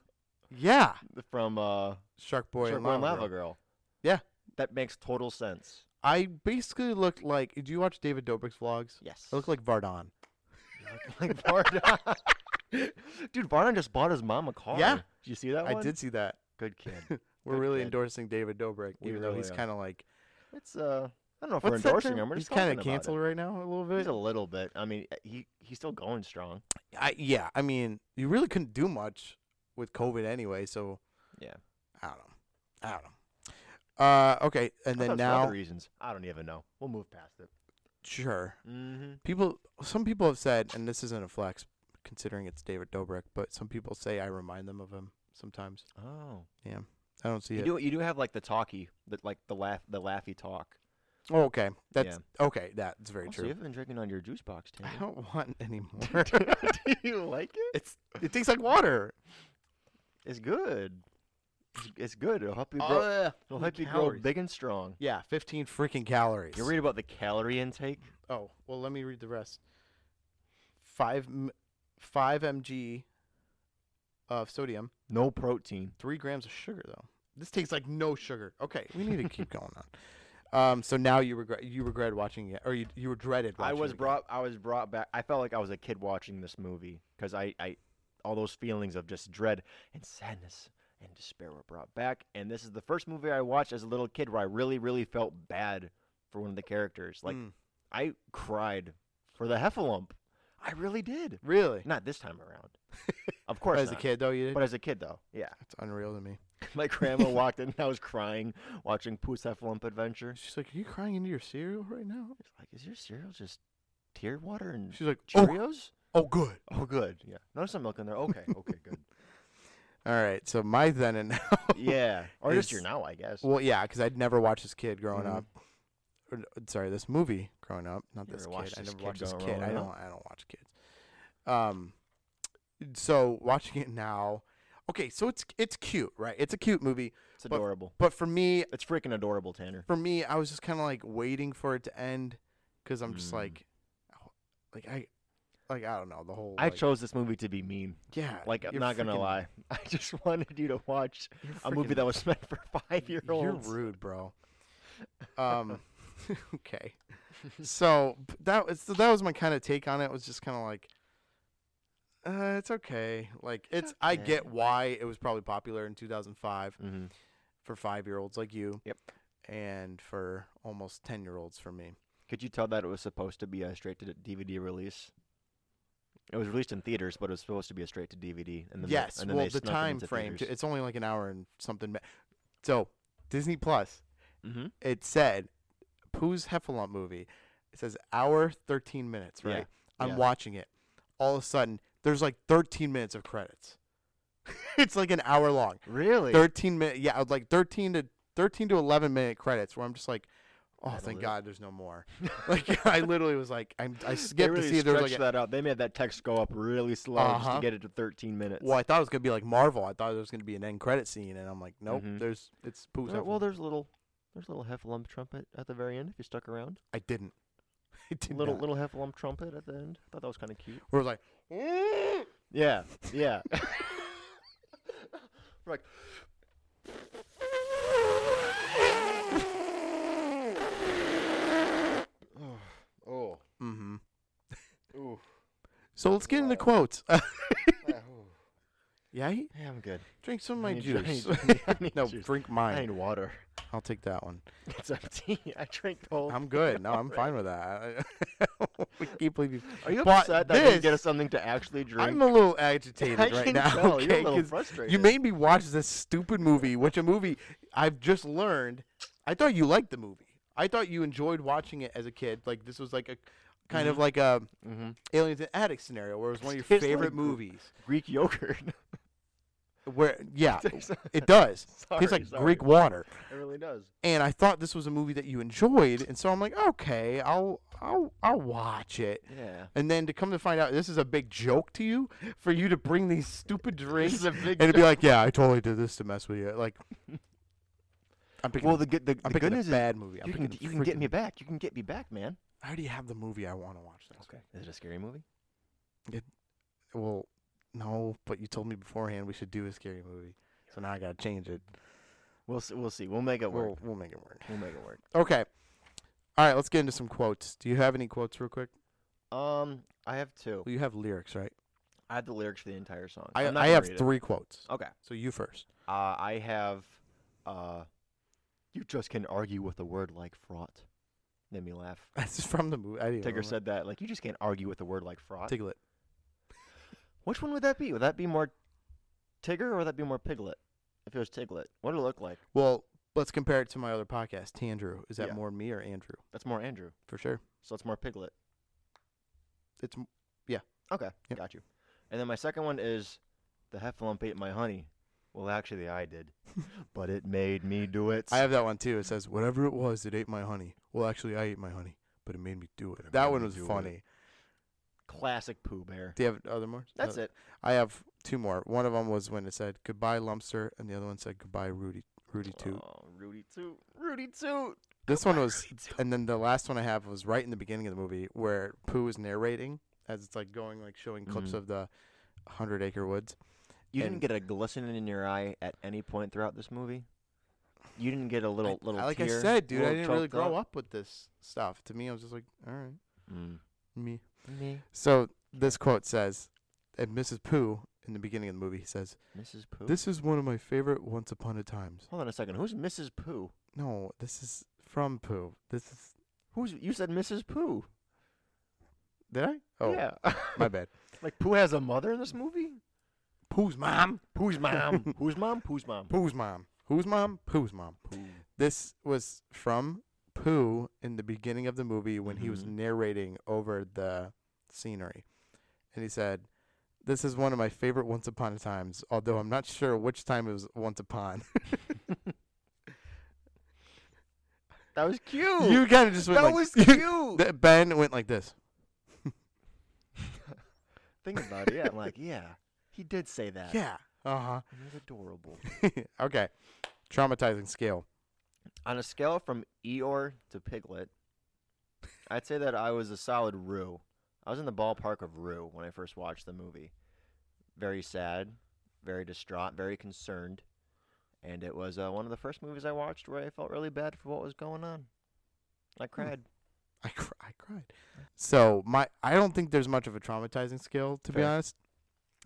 Speaker 1: yeah,
Speaker 2: from uh,
Speaker 1: Shark Boy
Speaker 2: Shark
Speaker 1: and
Speaker 2: Boy
Speaker 1: Lava,
Speaker 2: and Lava
Speaker 1: Girl.
Speaker 2: Girl.
Speaker 1: Yeah.
Speaker 2: that makes total sense.
Speaker 1: I basically looked like. Do you watch David Dobrik's vlogs?
Speaker 2: Yes,
Speaker 1: I look
Speaker 2: [LAUGHS]
Speaker 1: like Vardon.
Speaker 2: like Varda. [LAUGHS] Dude, Varda just bought his mom a car.
Speaker 1: Yeah.
Speaker 2: did you see that
Speaker 1: I
Speaker 2: one?
Speaker 1: did see that. [LAUGHS]
Speaker 2: Good kid.
Speaker 1: We're
Speaker 2: Good
Speaker 1: really
Speaker 2: kid.
Speaker 1: endorsing David Dobrik,
Speaker 2: We
Speaker 1: even though
Speaker 2: really
Speaker 1: he's
Speaker 2: are.
Speaker 1: kind of like
Speaker 2: It's uh, I don't know if we're
Speaker 1: what's that
Speaker 2: endorsing
Speaker 1: term?
Speaker 2: him. We're
Speaker 1: He's
Speaker 2: just
Speaker 1: kind
Speaker 2: talking
Speaker 1: of
Speaker 2: about it.
Speaker 1: canceled right now a little bit.
Speaker 2: He's a little bit. I mean, uh, he he's still going strong.
Speaker 1: I yeah, I mean, you really couldn't do much with COVID anyway, so
Speaker 2: Yeah.
Speaker 1: I don't know. I don't know. Uh, okay, and
Speaker 2: I
Speaker 1: then
Speaker 2: thought it was for
Speaker 1: now,
Speaker 2: other reasons I don't even know. We'll move past it.
Speaker 1: sure,
Speaker 2: Mm-hmm.
Speaker 1: people. Some people have said, and this isn't a flex, considering it's David Dobrik, but some people say I remind them of him sometimes.
Speaker 2: Oh,
Speaker 1: I don't see
Speaker 2: you
Speaker 1: it.
Speaker 2: do you do have like the talkie, the, like the laugh the laughy talk.
Speaker 1: Oh, okay, that's okay. That's very
Speaker 2: Oh, so
Speaker 1: true.
Speaker 2: you've been drinking on your juice box,
Speaker 1: I
Speaker 2: Tandy.
Speaker 1: don't [LAUGHS] want any more.
Speaker 2: [LAUGHS] do you like it?
Speaker 1: it's it tastes like water.
Speaker 2: It's good. It's, it's good. It'll help you grow.
Speaker 1: Ugh.
Speaker 2: it'll
Speaker 1: the
Speaker 2: help you grow
Speaker 1: calories.
Speaker 2: big and strong.
Speaker 1: yeah, fifteen freaking calories.
Speaker 2: You read about the calorie intake.
Speaker 1: Oh well, let me read the rest. Five, m- five mg of sodium,
Speaker 2: No protein.
Speaker 1: three grams of sugar though. This tastes like no sugar. Okay, we need to keep going on. Um, so now you regret you regret watching it, or you you regretted.
Speaker 2: I
Speaker 1: Watching
Speaker 2: was
Speaker 1: it again.
Speaker 2: brought. I was brought back. I felt like I was a kid watching this movie because I, I, all those feelings of just dread and sadness and despair were brought back. And this is the first movie I watched as a little kid where I really, really felt bad for one of the characters. Like
Speaker 1: Mm,
Speaker 2: I cried for the heffalump. I really did.
Speaker 1: really
Speaker 2: Not this time
Speaker 1: [LAUGHS]
Speaker 2: around. Of course,
Speaker 1: as a
Speaker 2: not.
Speaker 1: kid though you did.
Speaker 2: But as a kid, though, yeah. [LAUGHS]
Speaker 1: That's unreal to me. [LAUGHS]
Speaker 2: My grandma walked in and I was crying watching Pooh's Heffalump Adventure.
Speaker 1: She's like, "Are you crying into your cereal right now?"
Speaker 2: She's like, is your cereal just tear water and
Speaker 1: She's like, "Oh,
Speaker 2: Cheerios?
Speaker 1: oh, good."
Speaker 2: Oh, good. Yeah. Notice some milk in
Speaker 1: [LAUGHS]
Speaker 2: there. Okay. Okay. Good.
Speaker 1: All right, so my then and now.
Speaker 2: yeah. Or just your
Speaker 1: It's-
Speaker 2: now, I guess.
Speaker 1: Well, yeah, because I'd never watched this kid growing
Speaker 2: Mhm.
Speaker 1: up. Or, uh, sorry, this movie growing up, not
Speaker 2: Never
Speaker 1: this
Speaker 2: watched
Speaker 1: kid. I
Speaker 2: this
Speaker 1: never
Speaker 2: kid
Speaker 1: watched this
Speaker 2: grow-
Speaker 1: kid. I
Speaker 2: growing
Speaker 1: don't.
Speaker 2: up.
Speaker 1: I don't watch kids. Um, so watching it now, okay, so it's it's cute, right? It's a cute movie,
Speaker 2: It's adorable.
Speaker 1: but for me,
Speaker 2: It's freaking adorable, Tanner.
Speaker 1: for me, I was just kind of like waiting for it to end because I'm just
Speaker 2: Mm.
Speaker 1: like, oh, like I, like I don't know the whole.
Speaker 2: I
Speaker 1: like-
Speaker 2: chose this movie to be mean.
Speaker 1: Yeah,
Speaker 2: Like, I'm
Speaker 1: you're
Speaker 2: not going to
Speaker 1: freaking-
Speaker 2: lie. [LAUGHS] I just wanted you to watch
Speaker 1: you're
Speaker 2: a movie
Speaker 1: freaking-
Speaker 2: that was meant for five year
Speaker 1: [LAUGHS] You're
Speaker 2: olds.
Speaker 1: rude, bro.
Speaker 2: [LAUGHS]
Speaker 1: Um, okay. So p- that was so that was my kind of take on it. Was just kind of like, uh, it's okay. Like it's I get
Speaker 2: okay.
Speaker 1: why it was probably popular in 2005
Speaker 2: hmm
Speaker 1: for five year olds like you.
Speaker 2: Yep.
Speaker 1: And for almost ten year olds for me.
Speaker 2: Could you tell that it was supposed to be a straight to DVD release? It was released in theaters, but it was supposed to be a straight to DVD. And then they-
Speaker 1: yes.
Speaker 2: and then
Speaker 1: well,
Speaker 2: they
Speaker 1: the
Speaker 2: snuck it
Speaker 1: time
Speaker 2: into
Speaker 1: frame.
Speaker 2: theaters.
Speaker 1: It's only like an hour and something. mi- So Disney Plus.
Speaker 2: Mhm.
Speaker 1: It said, Pooh's Heffalump movie. It says hour thirteen minutes.
Speaker 2: Yeah,
Speaker 1: Right. I'm
Speaker 2: yeah.
Speaker 1: watching it. All of a sudden, there's like 13 minutes of credits. [LAUGHS] it's like an hour long.
Speaker 2: Really?
Speaker 1: 13 minute, yeah, like 13 to 13 to 11 minute credits where I'm just like, oh,
Speaker 2: That'll
Speaker 1: thank
Speaker 2: do it."
Speaker 1: God, there's no
Speaker 2: [LAUGHS]
Speaker 1: more. [LAUGHS] Like I literally was like, I'm, I skipped
Speaker 2: really
Speaker 1: to see if there was like,
Speaker 2: stretched
Speaker 1: a-
Speaker 2: that out. They made that text go up really slow just
Speaker 1: Uh-huh.
Speaker 2: to get it to 13 minutes.
Speaker 1: well, I thought it was gonna be like Marvel. I thought there was gonna be an end credit scene, and I'm like, nope,
Speaker 2: Mhm.
Speaker 1: there's it's Pooh's.
Speaker 2: There-
Speaker 1: Heffalump.
Speaker 2: well, there's a little, there's a little Heffalump trumpet at the very end if you stuck around.
Speaker 1: I didn't. [LAUGHS] I did
Speaker 2: little
Speaker 1: not.
Speaker 2: little Heffalump trumpet at the end. I thought that was kind of cute.
Speaker 1: Where it was like,
Speaker 2: Yeah, [LAUGHS] yeah. We're like, oh, oh,
Speaker 1: mm-hmm.
Speaker 2: ooh,
Speaker 1: So let's get into
Speaker 2: Wild. [LAUGHS]
Speaker 1: quotes. [LAUGHS]
Speaker 2: ah, ooh.
Speaker 1: yeah,
Speaker 2: yeah, I'm good.
Speaker 1: drink some
Speaker 2: I
Speaker 1: of my
Speaker 2: need- I
Speaker 1: juice.
Speaker 2: [LAUGHS] need- I need- I need
Speaker 1: no,
Speaker 2: juice.
Speaker 1: drink
Speaker 2: I
Speaker 1: mine.
Speaker 2: need water. [LAUGHS]
Speaker 1: I'll take that one.
Speaker 2: It's empty. I drank the whole.
Speaker 1: I'm good. No, I'm
Speaker 2: Alright.
Speaker 1: fine with that. [LAUGHS] I I can't believe you.
Speaker 2: Are you
Speaker 1: But
Speaker 2: upset that I didn't get
Speaker 1: this-
Speaker 2: us something to actually drink?
Speaker 1: [LAUGHS] I'm a little
Speaker 2: [LAUGHS] I
Speaker 1: agitated right
Speaker 2: can
Speaker 1: now.
Speaker 2: tell. You're
Speaker 1: okay,
Speaker 2: a little
Speaker 1: 'cause
Speaker 2: frustrated.
Speaker 1: you made me watch this stupid movie, which a movie I've just learned. I thought you liked the movie. I thought you enjoyed watching it as a kid. Like this was like a kind of like a
Speaker 2: Mm-hmm.
Speaker 1: aliens and addicts scenario, where it was one of your
Speaker 2: Tastes like
Speaker 1: favorite
Speaker 2: gr-
Speaker 1: movies.
Speaker 2: Greek yogurt. [LAUGHS]
Speaker 1: Where yeah,
Speaker 2: sorry,
Speaker 1: [LAUGHS] it does.
Speaker 2: sorry,
Speaker 1: Tastes like Greek water.
Speaker 2: It really does.
Speaker 1: And I thought this was a movie that you enjoyed, and so I'm like, okay, I'll I'll I'll watch it.
Speaker 2: Yeah.
Speaker 1: And then to come to find out, this is a big joke to you for you to bring these
Speaker 2: [LAUGHS]
Speaker 1: stupid drinks
Speaker 2: a big.
Speaker 1: and to be like, yeah, I totally did this to mess with you.
Speaker 2: [LAUGHS]
Speaker 1: Like, I'm picking.
Speaker 2: well, the good the,
Speaker 1: I'm
Speaker 2: the
Speaker 1: picking
Speaker 2: good
Speaker 1: a
Speaker 2: news is
Speaker 1: bad movie. I'm
Speaker 2: you
Speaker 1: picking
Speaker 2: can
Speaker 1: a
Speaker 2: you can get
Speaker 1: freaking-
Speaker 2: me back. You can get me back, man.
Speaker 1: I already have the movie I want to watch. Next
Speaker 2: Okay. Is it a scary movie?
Speaker 1: week. Well, no, but you told me beforehand we should do a scary movie, so now I gotta change it.
Speaker 2: We'll see, we'll see. We'll make it
Speaker 1: We'll
Speaker 2: work.
Speaker 1: we'll make it work.
Speaker 2: We'll make it work.
Speaker 1: Okay. All right, let's get into some quotes. Do you have any quotes, real quick?
Speaker 2: Um, I have two.
Speaker 1: Well, you have lyrics, right?
Speaker 2: I have the lyrics for the entire song.
Speaker 1: I
Speaker 2: I'm not
Speaker 1: I
Speaker 2: gonna
Speaker 1: have
Speaker 2: read it.
Speaker 1: three quotes.
Speaker 2: Okay.
Speaker 1: So you first. [LAUGHS]
Speaker 2: Uh, I have. Uh, you just can argue with a word like fraught. Made me laugh.
Speaker 1: This is from the movie. I didn't
Speaker 2: Tigger
Speaker 1: remember.
Speaker 2: said that. Like you just can't argue with a word like fraught.
Speaker 1: Tiglet.
Speaker 2: Which one would that be? Would that be more Tigger or would that be more Piglet? If it was Tiglet, what would it look like?
Speaker 1: Well, let's compare it to my other podcast, Tandrew. Is that
Speaker 2: Yeah.
Speaker 1: more me or Andrew?
Speaker 2: That's more Andrew.
Speaker 1: For sure.
Speaker 2: So it's more Piglet.
Speaker 1: It's m-
Speaker 2: Okay,
Speaker 1: Yep.
Speaker 2: got you. And then my second one is the heffalump ate my honey. Well, actually, I [LAUGHS] did, but it made me do it.
Speaker 1: I have that one too. It says, "Whatever it was, it ate my honey." Well, actually, I ate my honey, but it made me do it.
Speaker 2: it
Speaker 1: That
Speaker 2: made
Speaker 1: one
Speaker 2: me
Speaker 1: was
Speaker 2: do it.
Speaker 1: funny.
Speaker 2: Classic Pooh Bear.
Speaker 1: Do you have other more?
Speaker 2: That's it.
Speaker 1: I have two more. One of them was when it said "Goodbye, Lumpster," and the other one said "Goodbye, Rudy." Rudy too.
Speaker 2: Oh, Rudy Toot. Rudy Toot.
Speaker 1: this one was,
Speaker 2: Rudy Toot.
Speaker 1: and then the last one I have was right in the beginning of the movie where Pooh is narrating as it's like going like showing clips
Speaker 2: Mhm.
Speaker 1: of the Hundred Acre Woods.
Speaker 2: You
Speaker 1: and-
Speaker 2: didn't get a glisten in your eye at any point throughout this movie. You didn't get a little
Speaker 1: I-
Speaker 2: little.
Speaker 1: I- like
Speaker 2: tear,
Speaker 1: I said, dude, I
Speaker 2: little
Speaker 1: didn't really
Speaker 2: choked
Speaker 1: grow up. with this stuff. To me, I was just like, all right,
Speaker 2: Mm.
Speaker 1: me.
Speaker 2: Me,
Speaker 1: So this quote says, and Mrs. Pooh in the beginning of the movie says.
Speaker 2: Mrs. Pooh.
Speaker 1: This is one of my favorite Once Upon a Times.
Speaker 2: Hold on a second. Who's Mrs. Pooh?
Speaker 1: No, this is from Pooh. This is.
Speaker 2: Who's you said Mrs. Pooh?
Speaker 1: Did I? Oh,
Speaker 2: yeah.
Speaker 1: my bad.
Speaker 2: [LAUGHS] like Pooh has a mother in this movie.
Speaker 1: Pooh's mom.
Speaker 2: Pooh's mom. Who's mom? [LAUGHS] Pooh's mom.
Speaker 1: Pooh's mom. Who's mom? Pooh's mom.
Speaker 2: Pooh.
Speaker 1: This was from Pooh in the beginning of the movie when he was
Speaker 2: Mhm.
Speaker 1: narrating over the scenery. And he said, This is one of my favorite Once Upon a Times, although I'm not sure which time it was Once
Speaker 2: [LAUGHS]
Speaker 1: Upon.
Speaker 2: That was cute.
Speaker 1: you kind of just went
Speaker 2: that
Speaker 1: like. [LAUGHS]
Speaker 2: was cute.
Speaker 1: Th- ben went like this.
Speaker 2: Think about it. Yeah,
Speaker 1: [LAUGHS]
Speaker 2: I'm like yeah, he did say that.
Speaker 1: Yeah. Uh huh.
Speaker 2: He was adorable.
Speaker 1: [LAUGHS] okay. Traumatizing scale.
Speaker 2: On a scale from Eeyore to Piglet, I'd say that I was a solid Roo. I was in the ballpark of Roo when I first watched the movie. Very sad, very distraught, very concerned. And it was uh, one of the first movies I watched where I felt really bad for what was going on.
Speaker 1: Hmm.
Speaker 2: I cried.
Speaker 1: I, cr- I cried. So my I don't think there's much of a traumatizing scale to be
Speaker 2: Fair.
Speaker 1: honest.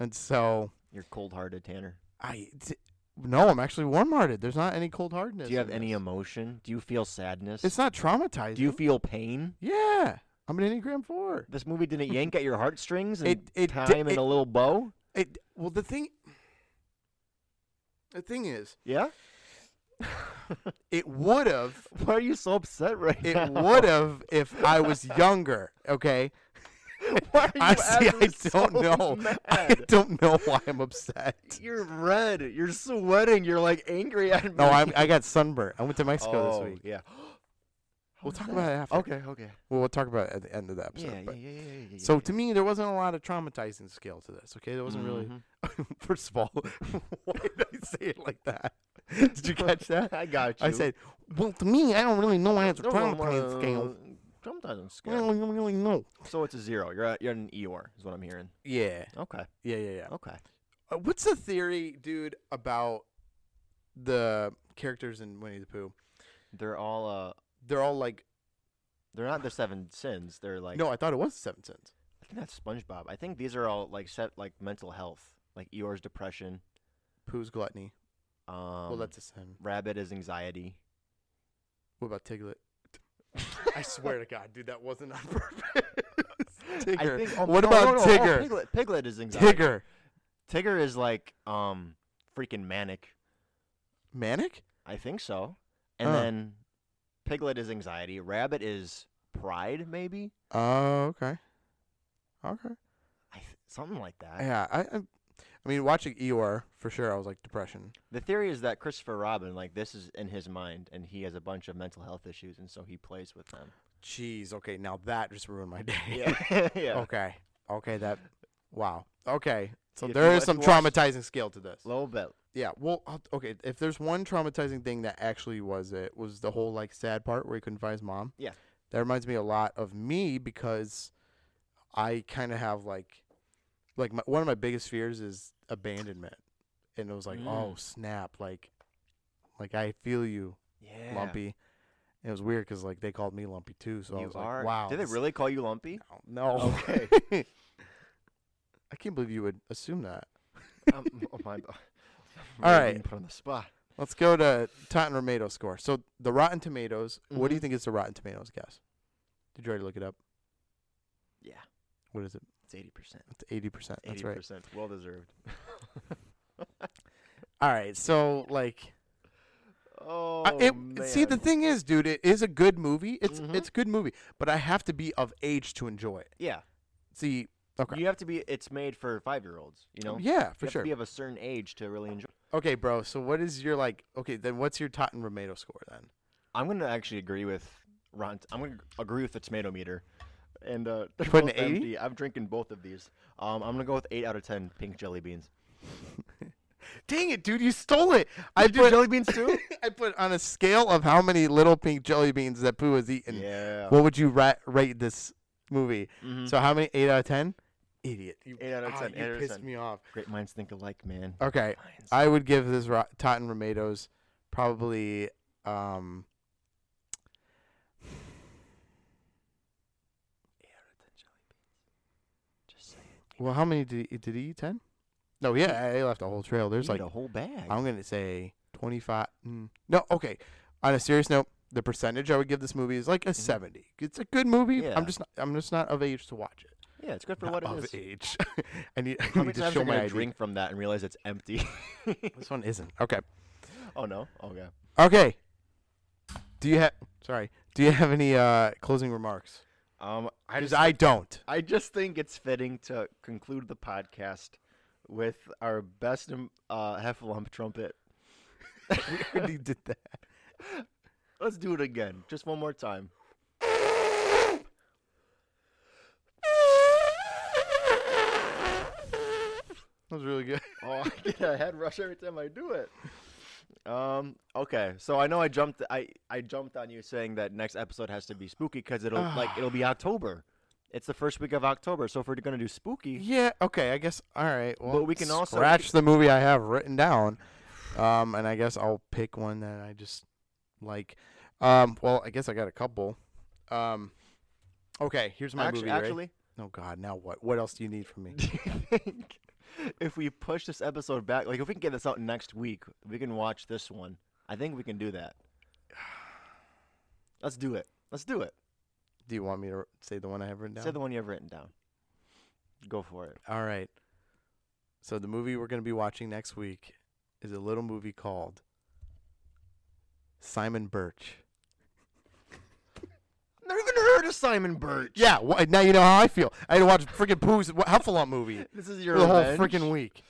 Speaker 1: And so
Speaker 2: You're cold hearted, Tanner.
Speaker 1: I t- no, I'm actually warm-hearted. There's not any um, cold hardness.
Speaker 2: Do you have
Speaker 1: in
Speaker 2: any
Speaker 1: this.
Speaker 2: emotion? Do you feel sadness?
Speaker 1: It's not traumatizing.
Speaker 2: Do you feel pain?
Speaker 1: yeah, I'm an Enneagram four.
Speaker 2: This movie didn't yank at your heartstrings and
Speaker 1: It- it di-
Speaker 2: tie 'em in
Speaker 1: it-
Speaker 2: a little bow?
Speaker 1: It well the thing. The thing is,
Speaker 2: Yeah?
Speaker 1: it would have
Speaker 2: Why are you so upset right
Speaker 1: [LAUGHS]
Speaker 2: now?
Speaker 1: it would have if I was younger. [LAUGHS] Okay,
Speaker 2: [LAUGHS] Why are you
Speaker 1: I see. I
Speaker 2: acting
Speaker 1: don't
Speaker 2: so [LAUGHS]
Speaker 1: know. [LAUGHS] I
Speaker 2: mad?
Speaker 1: don't know why I'm upset.
Speaker 2: You're red. You're sweating. You're like angry at me.
Speaker 1: No,
Speaker 2: [LAUGHS]
Speaker 1: I'm, I got sunburned. I went to Mexico
Speaker 2: Oh,
Speaker 1: this week. [GASPS]
Speaker 2: Yeah.
Speaker 1: We'll
Speaker 2: was
Speaker 1: talk
Speaker 2: that?
Speaker 1: about it after.
Speaker 2: Okay. Okay.
Speaker 1: Well, we'll talk about it at the end of the
Speaker 2: Yeah.
Speaker 1: episode.
Speaker 2: Yeah. Yeah.
Speaker 1: but-
Speaker 2: Yeah. yeah, yeah, yeah
Speaker 1: so
Speaker 2: yeah.
Speaker 1: to me, there wasn't a lot of traumatizing scale to this. Okay, there wasn't
Speaker 2: Mhm.
Speaker 1: really. [LAUGHS] First of all, why did I say it like [LAUGHS] that? Did you catch that?
Speaker 2: [LAUGHS] I got you.
Speaker 1: I said, well, to me, I don't really know why it's a
Speaker 2: No, no, no,
Speaker 1: traumatizing
Speaker 2: no,
Speaker 1: scale.
Speaker 2: no, no, Traumatizing
Speaker 1: I don't
Speaker 2: scale.
Speaker 1: really- really know.
Speaker 2: So it's a zero. You're at, you're at an Eeyore, is what I'm hearing.
Speaker 1: Yeah,
Speaker 2: Okay.
Speaker 1: yeah, yeah, yeah.
Speaker 2: Okay.
Speaker 1: Uh, what's the theory, dude, about the characters in Winnie the Pooh?
Speaker 2: They're all uh,
Speaker 1: They're all like,
Speaker 2: they're not the seven sins. They're like
Speaker 1: no, I thought it was the Seven Sins.
Speaker 2: I think that's SpongeBob. I think these are all like set like mental health, like Eeyore's depression.
Speaker 1: Pooh's gluttony.
Speaker 2: Um,
Speaker 1: well, that's a sin.
Speaker 2: Rabbit is anxiety.
Speaker 1: What about Tiglet? [LAUGHS] I swear to God, dude, that wasn't [LAUGHS] on purpose. Tigger.
Speaker 2: [LAUGHS] I think, oh,
Speaker 1: what
Speaker 2: no,
Speaker 1: about
Speaker 2: no, no, oh,
Speaker 1: Tigger?
Speaker 2: Piglet, Piglet is anxiety.
Speaker 1: Tigger.
Speaker 2: Tigger is like um freaking manic.
Speaker 1: Manic?
Speaker 2: I think so. And
Speaker 1: Huh.
Speaker 2: then Piglet is anxiety. Rabbit is pride, maybe.
Speaker 1: Oh, okay. Okay.
Speaker 2: I th- something like that.
Speaker 1: Yeah, I, I, I mean, watching Eeyore for sure, I was like depression.
Speaker 2: The theory is that Christopher Robin, like this, is in his mind, and he has a bunch of mental health issues, and so he plays
Speaker 1: [LAUGHS]
Speaker 2: with them.
Speaker 1: Jeez. Okay, now that just ruined my [LAUGHS] day.
Speaker 2: Yeah, [LAUGHS] yeah.
Speaker 1: Okay. Okay. That. Wow. Okay. So
Speaker 2: If
Speaker 1: there
Speaker 2: you-
Speaker 1: is
Speaker 2: if
Speaker 1: some
Speaker 2: you watch-
Speaker 1: traumatizing skill to this.
Speaker 2: A little bit.
Speaker 1: Yeah. Well. I'll- Okay. If there's one traumatizing thing that actually was it was the whole like sad part where he couldn't find his mom.
Speaker 2: Yeah.
Speaker 1: That reminds me a lot of me because I kind of have like, like my, one of my biggest fears is abandonment, and it was like,
Speaker 2: Mm.
Speaker 1: oh snap, like, like I feel you,
Speaker 2: Yeah.
Speaker 1: Lumpy. It was weird because like they called me Lumpy too, so I
Speaker 2: You
Speaker 1: was
Speaker 2: are.
Speaker 1: like, wow.
Speaker 2: Did they
Speaker 1: this- [LAUGHS]
Speaker 2: really call you Lumpy?
Speaker 1: No.
Speaker 2: Okay.
Speaker 1: [LAUGHS] I can't believe you would assume that.
Speaker 2: um, oh [LAUGHS] my. bo- I'm
Speaker 1: All
Speaker 2: being
Speaker 1: right.
Speaker 2: Put on the spot.
Speaker 1: Let's go to Totten Tomato score. So the Rotten Tomatoes. What
Speaker 2: Mm-hmm.
Speaker 1: do you think is the Rotten Tomatoes guess? Did you already look it up?
Speaker 2: Yeah.
Speaker 1: What is it?
Speaker 2: It's eighty percent.
Speaker 1: It's eighty percent. That's
Speaker 2: Eighty
Speaker 1: right.
Speaker 2: percent. Well deserved.
Speaker 1: All right. So like,
Speaker 2: oh
Speaker 1: I- it,
Speaker 2: man.
Speaker 1: see the thing is, dude, it is a good movie. It's
Speaker 2: Mhm.
Speaker 1: it's a good movie, but I have to be of age to enjoy it.
Speaker 2: Yeah.
Speaker 1: See, okay,
Speaker 2: You have to be. It's made for five-year-olds. You know.
Speaker 1: yeah,
Speaker 2: you
Speaker 1: for
Speaker 2: have
Speaker 1: sure.
Speaker 2: To be of a certain age to really enjoy.
Speaker 1: okay, bro. So what is your like? Okay, then what's your Totten Tomato score then?
Speaker 2: I'm gonna actually agree with Ron. I'm gonna agree with the tomato meter. And uh, they're
Speaker 1: You're putting
Speaker 2: both
Speaker 1: an 80?
Speaker 2: empty. I'm drinking both of these. Um, I'm gonna go with eight out of ten pink jelly beans.
Speaker 1: Dang it, dude! You stole it. I
Speaker 2: do
Speaker 1: put [LAUGHS]
Speaker 2: jelly beans too?
Speaker 1: I put on a scale of how many little pink jelly beans that Pooh has eaten.
Speaker 2: yeah.
Speaker 1: What would you ra- rate this movie?
Speaker 2: Mhm.
Speaker 1: So how many? Eight out of ten. Idiot. You,
Speaker 2: Eight out of
Speaker 1: ah,
Speaker 2: 10,
Speaker 1: You
Speaker 2: eight out of
Speaker 1: pissed
Speaker 2: 10.
Speaker 1: me off.
Speaker 2: Great minds think alike, man.
Speaker 1: Okay,
Speaker 2: Minds.
Speaker 1: I would give this ro- Totten Tomatoes probably. um
Speaker 2: Eight out of ten jelly beans. Just saying.
Speaker 1: Well, how many did he, did he eat? Ten? No, yeah, he left a whole trail. There's
Speaker 2: You
Speaker 1: like
Speaker 2: need a whole bag.
Speaker 1: I'm gonna say twenty five. Mm, no, okay. On a serious note, the percentage I would give this movie is like a seventy. It's a good movie.
Speaker 2: Mm-hmm. Yeah.
Speaker 1: I'm just not, I'm just not of age to watch it.
Speaker 2: yeah, it's good for
Speaker 1: Not
Speaker 2: what
Speaker 1: of
Speaker 2: it is.
Speaker 1: age. [LAUGHS] I need, I
Speaker 2: How
Speaker 1: need
Speaker 2: many
Speaker 1: to
Speaker 2: times
Speaker 1: show
Speaker 2: am I
Speaker 1: my
Speaker 2: gonna
Speaker 1: ID.
Speaker 2: drink from that and realize it's [LAUGHS] empty?
Speaker 1: This one isn't. Okay.
Speaker 2: oh no. Okay.
Speaker 1: Okay. Do you have? Sorry. Do you have any uh, closing remarks?
Speaker 2: Um, I
Speaker 1: Because
Speaker 2: just
Speaker 1: I don't.
Speaker 2: I just think it's fitting to conclude the podcast with our best um, uh, Heffalump trumpet.
Speaker 1: we already [LAUGHS] did that.
Speaker 2: Let's do it again, just one more time. [LAUGHS]
Speaker 1: That was really good.
Speaker 2: Oh, I get a head rush every time I do it. Um. Okay. So I know I jumped. I I jumped on you saying that next episode has to be spooky because it'll like it'll be October. It's the first week of October. So if we're gonna do spooky,
Speaker 1: Yeah. Okay. I guess. All right. Well,
Speaker 2: But we can also-
Speaker 1: scratch the movie I have written down, um, and I guess I'll pick one that I just like. Um, well, I guess I got a couple. Um, okay. Here's my
Speaker 2: actually,
Speaker 1: movie. right?
Speaker 2: actually
Speaker 1: Oh God. Now what? What else do you need from me?
Speaker 2: [LAUGHS] do you think if we push this episode back, like if we can get this out next week, we can watch this one. I think we can do that. Let's do it. Let's do it.
Speaker 1: Do you want me to r- say the one I have written down?
Speaker 2: Say the one you have written down. Go for it.
Speaker 1: All right. So the movie we're going to be watching next week is a little movie called Simon Birch.
Speaker 2: Never even heard of Simon Birch.
Speaker 1: Yeah, wh- now you know how I feel. I had to watch freaking Pooh's wh- Heffalump movie
Speaker 2: This is your
Speaker 1: for the whole
Speaker 2: revenge?
Speaker 1: freaking week.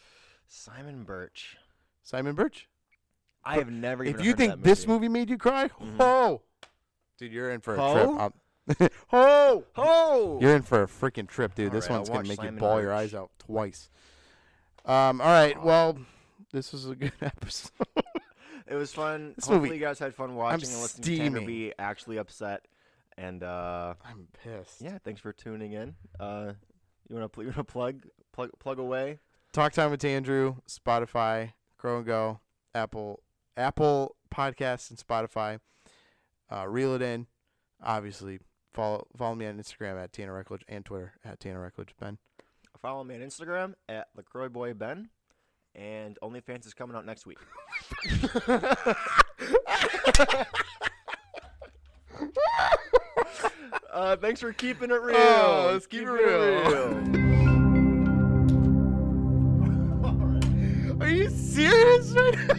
Speaker 2: Simon Birch.
Speaker 1: Simon Birch.
Speaker 2: I have never.
Speaker 1: If
Speaker 2: even
Speaker 1: you
Speaker 2: heard of
Speaker 1: think
Speaker 2: that
Speaker 1: this movie made you cry,
Speaker 2: Mhm.
Speaker 1: ho! Dude, you're in for a
Speaker 2: Ho?
Speaker 1: trip. Um, [LAUGHS] ho!
Speaker 2: oh,
Speaker 1: You're in for a freaking trip, dude.
Speaker 2: All
Speaker 1: this
Speaker 2: right, I'll
Speaker 1: one's gonna
Speaker 2: watch
Speaker 1: make you
Speaker 2: Simon
Speaker 1: ball your
Speaker 2: Birch.
Speaker 1: eyes out twice. Um. All right.
Speaker 2: Aw.
Speaker 1: Well, this was a good [LAUGHS] episode.
Speaker 2: it was fun.
Speaker 1: This
Speaker 2: Hopefully
Speaker 1: movie-
Speaker 2: you guys had fun watching and listening to Tanner
Speaker 1: steaming.
Speaker 2: be actually upset. And uh,
Speaker 1: I'm pissed.
Speaker 2: yeah, thanks for tuning in. Uh, you wanna pl- you wanna plug plug plug away?
Speaker 1: Talk Time with Andrew, Spotify, Grow and Go, Apple, Apple Podcasts, and Spotify. Uh, reel it in. Obviously, follow follow me on Instagram at Tanner Reckledge and Twitter at Tanner Reckledge. Ben,
Speaker 2: Follow me on Instagram at LacroixBoyBen. And OnlyFans is coming out
Speaker 1: [LAUGHS]
Speaker 2: next week. uh, thanks for keeping it real.
Speaker 1: Oh, let's keep it real.
Speaker 2: real. All right.
Speaker 1: are you serious right now? [LAUGHS]